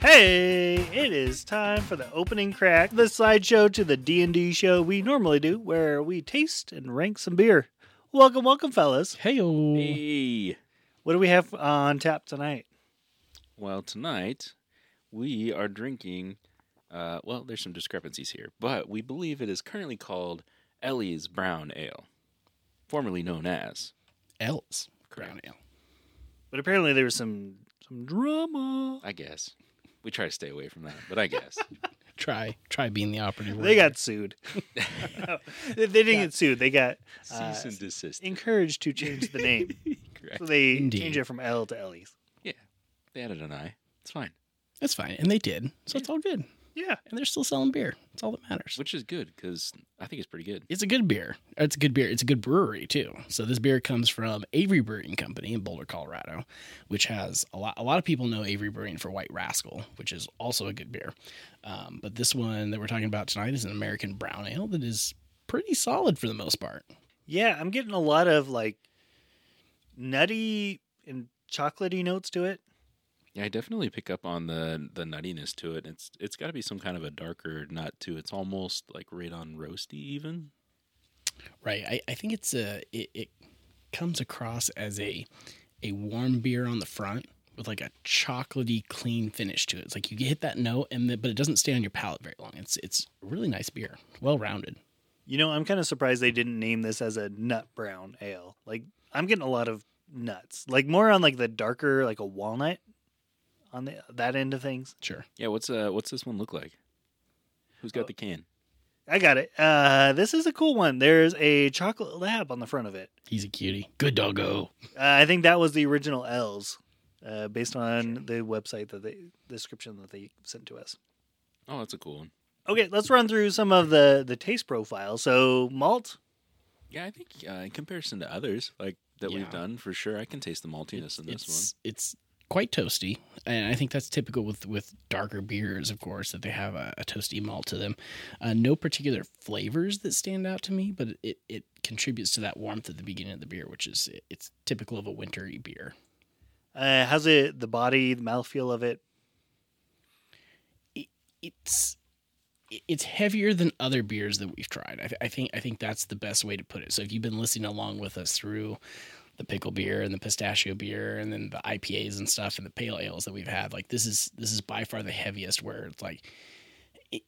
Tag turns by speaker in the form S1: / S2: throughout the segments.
S1: Hey, it is time for the opening crack, the sideshow to the D&D show we normally do, where we taste and rank some beer. Welcome, welcome, fellas.
S2: Heyo.
S3: Hey.
S1: What do we have on tap tonight?
S3: Well, tonight we are drinking. Uh, well, there's some discrepancies here, but we believe it is currently called Ellie's Brown Ale, formerly known as.
S2: Else. Crown ale.
S1: But apparently there was some some drama.
S3: I guess we try to stay away from that, but I guess
S2: Try try being the operative word.
S1: They got sued. they didn't get sued. They got uh,
S3: cease and desist.
S1: encouraged to change the name.
S3: Correct.
S1: so they
S2: Indeed.
S1: changed it from L to Ellie's.
S3: Yeah, they added an I. It's fine,
S2: That's fine. And they did. So it's all good.
S1: Yeah.
S2: And they're still selling beer. That's all that matters.
S3: which is good because I think it's pretty good.
S2: It's a good beer. It's a good beer. It's a good brewery too. So this beer comes from Avery Brewing Company in Boulder, Colorado, which has a lot. A lot of people know Avery Brewing for White Rascal, which is also a good beer. Um, but this one that we're talking about tonight is an American brown ale that is pretty solid for the most part.
S1: Yeah, I'm getting a lot of like nutty and chocolatey notes to it.
S3: Yeah, I definitely pick up on the the nuttiness to it. It's it's got to be some kind of a darker nut too. It's almost like right on roasty even.
S2: Right. I, I think it's a it, it comes across as a a warm beer on the front with like a chocolatey clean finish to it. It's like you hit that note and the, but it doesn't stay on your palate very long. It's it's a really nice beer. Well rounded.
S1: You know, I'm kind of surprised they didn't name this as a nut brown ale. Like I'm getting a lot of nuts. Like more on like the darker like a walnut on the that end of things.
S2: Sure.
S3: Yeah, what's uh what's this one look like? Who's got
S1: Oh.
S3: the can?
S1: I got it. Uh this is a cool one. There's a chocolate lab on the front of it.
S2: He's a cutie. Good doggo.
S1: Uh, I think that was the original L's uh based on the website that they description that they sent to us.
S3: Oh, that's a cool one.
S1: Okay, let's run through some of the the taste profile. So malt,
S3: Yeah, I think uh, in comparison to others like that
S2: Yeah.
S3: we've done, for sure, I can taste the maltiness in this
S2: it's it's quite toasty, and I think that's typical with with darker beers, of course, that they have a, a toasty malt to them. Uh, no particular flavors that stand out to me, but it it contributes to that warmth at the beginning of the beer, which is it's typical of a wintry beer.
S1: uh, how's it? The body, the mouthfeel of it.
S2: It's it's heavier than other beers that we've tried. I, th- I think I think that's the best way to put it. So if you've been listening along with us through the pickle beer and the pistachio beer and then the IPAs and stuff and the pale ales that we've had, like this is this is by far the heaviest. Where it's like it,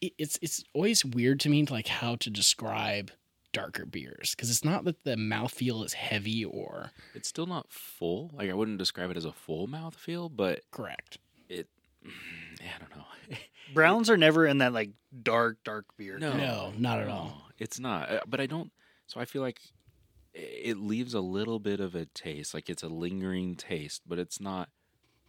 S2: it- it's it's always weird to me to like how to describe darker beers because it's not that the mouthfeel is heavy or
S3: one. It's still not full. Like I wouldn't describe it as a full mouth feel, but
S2: correct.
S3: it. yeah, I don't know.
S1: Browns are never in that like dark, dark beer.
S3: No.
S2: No, not at all.
S3: No, It's not. Uh, But I don't. So I feel like i- it leaves a little bit of a taste, like it's a lingering taste, but it's not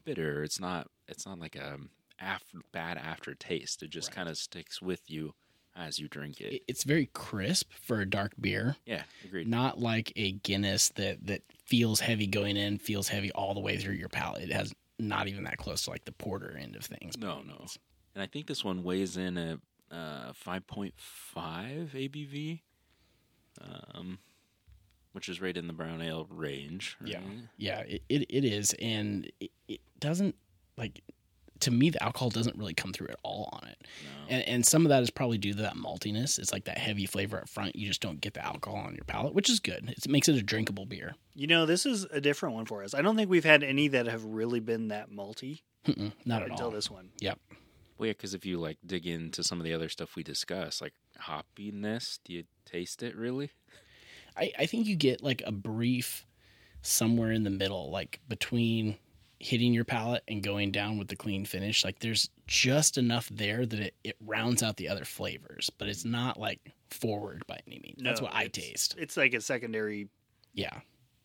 S3: bitter. It's not. It's not like a af- bad aftertaste. It just
S2: Right.
S3: kind of sticks with you as you drink it.
S2: It, it's very crisp for a dark beer.
S3: yeah, agreed.
S2: not like a Guinness that that feels heavy going in, feels heavy all the way through your palate. It has not even that close to like the porter end of things.
S3: No, no. And I think this one weighs in at uh, 5.5 ABV, um, which is right in the brown ale range.
S2: Yeah.
S3: right?
S2: Yeah, it, it, it is, and it, it doesn't like to me the alcohol doesn't really come through at all on it.
S3: No.
S2: And, and some of that is probably due to that maltiness. It's like that heavy flavor up front. You just don't get the alcohol on your palate, which is good. It's, it makes it a drinkable beer.
S1: You know, this is a different one for us. I don't think we've had any that have really been that malty
S2: Mm-mm, not at
S1: until
S2: all.
S1: this one.
S3: Well, yeah, because if you like dig into some of the other stuff we discussed, like hoppiness, do you taste it really?
S2: I, I think you get like a brief somewhere in the middle, like between hitting your palate and going down with the clean finish. Like there's just enough there that it, it rounds out the other flavors, but it's not like forward by any means. That's
S1: No,
S2: what I
S1: it's-
S2: taste.
S1: It's like a secondary
S2: Yeah.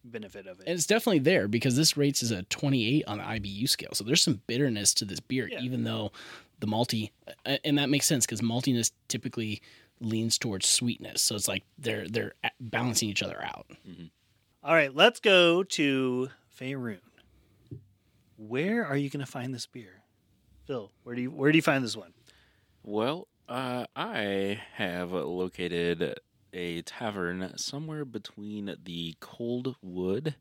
S1: benefit of it.
S2: And it's definitely there because this rates is a 28 on the IBU scale. So there's some bitterness to this beer,
S1: Yeah.
S2: even though the malty, a- and that makes sense because maltiness typically leans towards sweetness. So it's like they're they're a- balancing each other out.
S1: All right, let's go to Faerun. Where are you going to find this beer, Phil? Where do you where do you find this one?
S3: Well, uh, I have located a tavern somewhere between the Cold Wood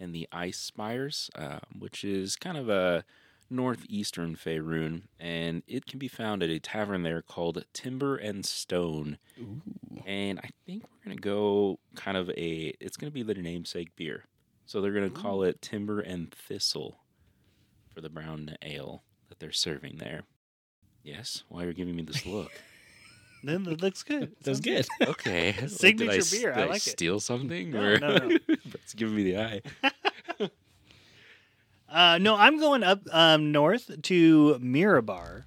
S3: and the Ice Spires, um, which is kind of a northeastern Faerun, and it can be found at a tavern there called Timber and Stone.
S2: Ooh.
S3: And I think we're gonna go kind of a. It's gonna be the namesake beer, so they're gonna call it Timber and Thistle for the brown ale that they're serving there. Yes, why are you giving me this look?
S1: Then that looks good.
S2: That was good.
S3: okay, Did I
S1: Signature
S3: s-
S1: beer, I
S3: did
S1: like it.
S3: steal something?
S1: No,
S3: or...
S1: no, no.
S3: it's giving me the eye.
S1: Uh, no, I'm going up um, north to Mirabar,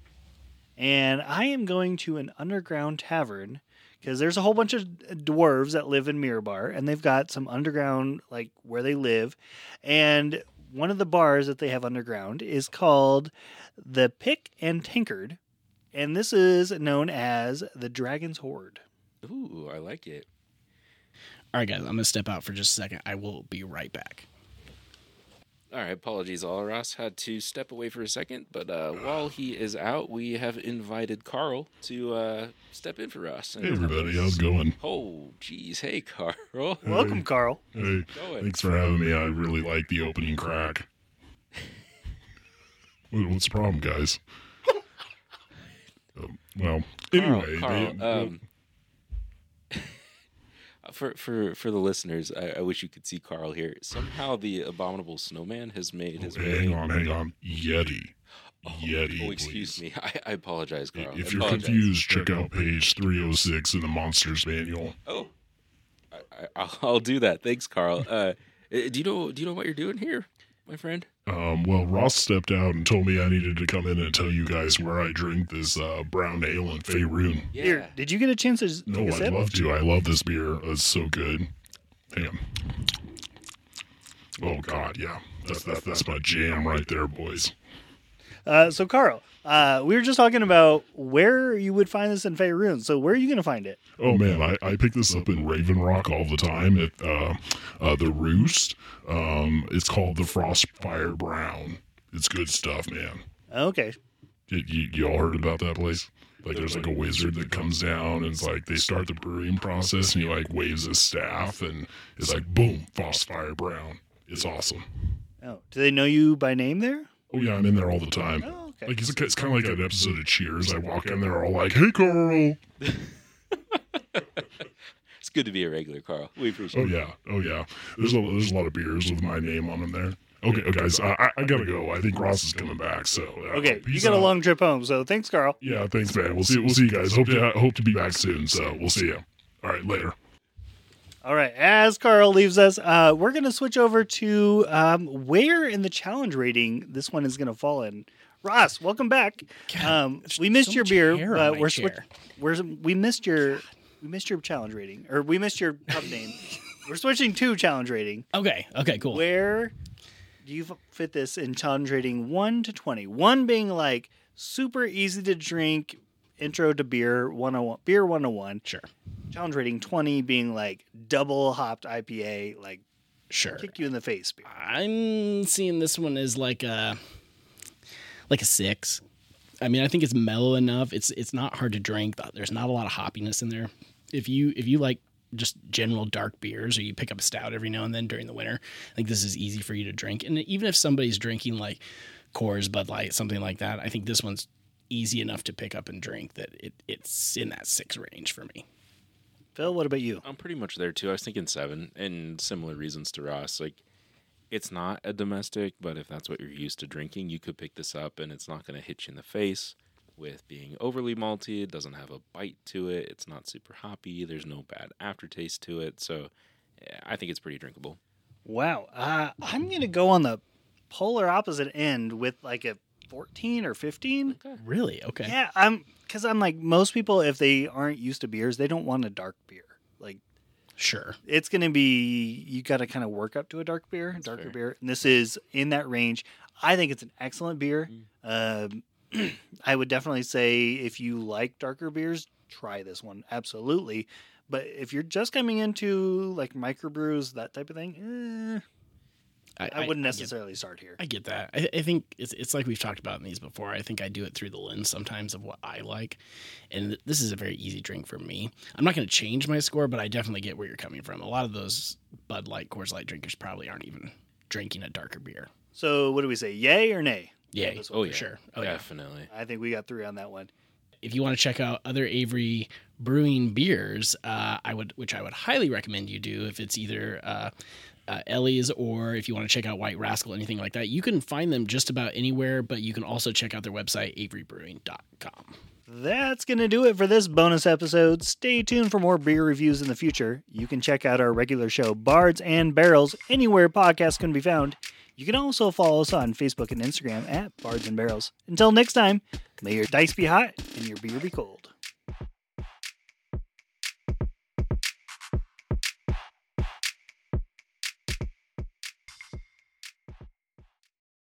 S1: and I am going to an underground tavern because there's a whole bunch of dwarves that live in Mirabar, and they've got some underground like where they live, and one of the bars that they have underground is called the Pick and Tinkard, and this is known as the Dragon's Horde.
S3: Ooh, I like it.
S2: All right, guys, I'm gonna step out for just a second. I will be right back.
S3: All right, apologies, all. Ross had to step away for a second, but uh, while he is out, we have invited Carl to uh, step in for us. and-
S4: Hey everybody, how's it going?
S3: Oh, geez. Hey, Carl.
S4: Mm.
S1: Welcome, Carl.
S4: Hey,
S3: Going.
S4: thanks for having me. I really like the opening crack. What- What's the problem, guys? Um, well,
S3: Carl,
S4: anyway,
S3: Carl,
S4: they-
S3: um, for for for the listeners, I, I wish you could see Carl here. Somehow, the abominable snowman has made his
S4: Oh, hang
S3: way.
S4: on, hang on, Yeti, Yeti.
S3: Oh, excuse
S4: please.
S3: me. I, I apologize, Carl. Oh, I
S4: If you're
S3: apologize.
S4: confused, check out page 306 in the Monsters Manual.
S3: Oh, I, I, I'll- I'll do that. Thanks, Carl. Uh, eh, do you know Do you know what you're doing here, my friend?
S4: Um, well, Ross stepped out and told me I needed to come in and tell you guys where I drink this uh, brown ale in Faerun.
S1: Here, did you get a chance to
S4: No,
S1: take a
S4: I'd
S1: sip?
S4: love to. I love this beer. It's so good. Damn. Oh God, yeah. That's that's that's my jam right there, boys.
S1: Uh, so, Carl, uh, we were just talking about where you would find this in Faerun. So, where are you going to find it?
S4: Oh man, I, I pick this up in Raven Rock all the time at uh, uh, the Roost. Um, it's called the Frostfire Brown. It's good stuff, man.
S1: Okay.
S4: Y- y- y'all heard about that place? Like, there's like a wizard that comes down and it's like they start the brewing process and he like waves his staff and it's like boom, Frostfire Brown. It's awesome.
S1: Oh, do they know you by name there?
S4: Oh yeah, I'm in there all the time.
S1: Oh, okay.
S4: Like it's, it's kind of like an episode of Cheers. I walk in there all like, "Hey, Carl."
S3: It's good to be a regular, Carl. We appreciate
S4: Oh
S3: it.
S4: yeah, oh yeah. There's a there's a lot of beers with my name on them there. Okay, okay, guys, I, I- I gotta go. I think Ross is coming back. So uh,
S1: Okay, you
S4: peace
S1: got a
S4: out.
S1: long trip home, so thanks, Carl.
S4: Yeah, thanks, man. We'll see. We'll see you guys. Hope to hope to be back soon. So we'll see you. All right, later.
S1: All right, as Carl leaves us, uh, we're going to switch over to um, where in the challenge rating this one is going to fall in. Ross, welcome back.
S2: God,
S1: Um,
S2: there's
S1: we missed
S2: so
S1: your
S2: much
S1: beer,
S2: hair on
S1: but
S2: my
S1: we're, switch-
S2: chair.
S1: we're we missed your we missed your challenge rating, or we missed your cup name. we're switching to challenge rating.
S2: Okay, okay, cool.
S1: Where do you fit this in challenge rating 1 to 20? 1 being like super easy to drink, intro to beer 101, beer 101.
S2: Sure,
S1: Challenge rating 20 being like double hopped IPA, like
S2: sure.
S1: kick you in the face beer.
S2: I'm seeing this one as like a like a six. I mean, I think it's mellow enough. It's it's not hard to drink. but There's not a lot of hoppiness in there. If you if you like just general dark beers or you pick up a stout every now and then during the winter, I think this is easy for you to drink. And even if somebody's drinking like Coors, Bud Light, something like that, I think this one's easy enough to pick up and drink that it, it's in that six range for me.
S1: Phil, what about you?
S3: I'm pretty much there too. I was thinking seven, and similar reasons to Ross. Like, it's not a domestic, but if that's what you're used to drinking, you could pick this up, and it's not going to hit you in the face with being overly malty. It doesn't have a bite to it. It's not super hoppy. There's no bad aftertaste to it. So, yeah, I think it's pretty drinkable.
S1: Wow. Uh, I'm going to go on the polar opposite end with like a 14 or 15.
S2: Really? Okay.
S1: Yeah, I'm cuz I'm like most people if they aren't used to beers, they don't want a dark beer. Like
S2: Sure.
S1: it's going to be you got to kind of work up to a dark beer, darker
S3: fair.
S1: beer. And this is in that range. I think it's an excellent beer. Um, I would definitely say if you like darker beers, try this one absolutely. But if you're just coming into like microbrews, that type of thing, eh, I, wouldn't
S2: get
S1: necessarily start here.
S2: I get that. I, I think it's, it's like we've talked about in these before. I think I do it through the lens sometimes of what I like. And th- this is a very easy drink for me. I'm not going to change my score, but I definitely get where you're coming from. A lot of those Bud Light, Coors Light drinkers probably aren't even drinking a darker beer.
S1: so, what do we say? Yay or nay?
S2: Yeah.
S1: This one
S3: Oh
S1: for
S3: yeah,
S2: sure. Oh, yeah.
S3: definitely.
S1: I think we got three on that one.
S2: if you want to check out other Avery brewing beers, uh, I would, which I would highly recommend you do if it's either uh, uh, Ellie's or if you want to check out White Rascal, anything like that. You can find them just about anywhere, but you can also check out their website, averybrewing.com.
S1: That's going to do it for this bonus episode. Stay tuned for more beer reviews in the future. You can check out our regular show, Bards and Barrels, anywhere podcasts can be found. You can also follow us on Facebook and Instagram at Bards and Barrels. Until next time, may your dice be hot and your beer be cold.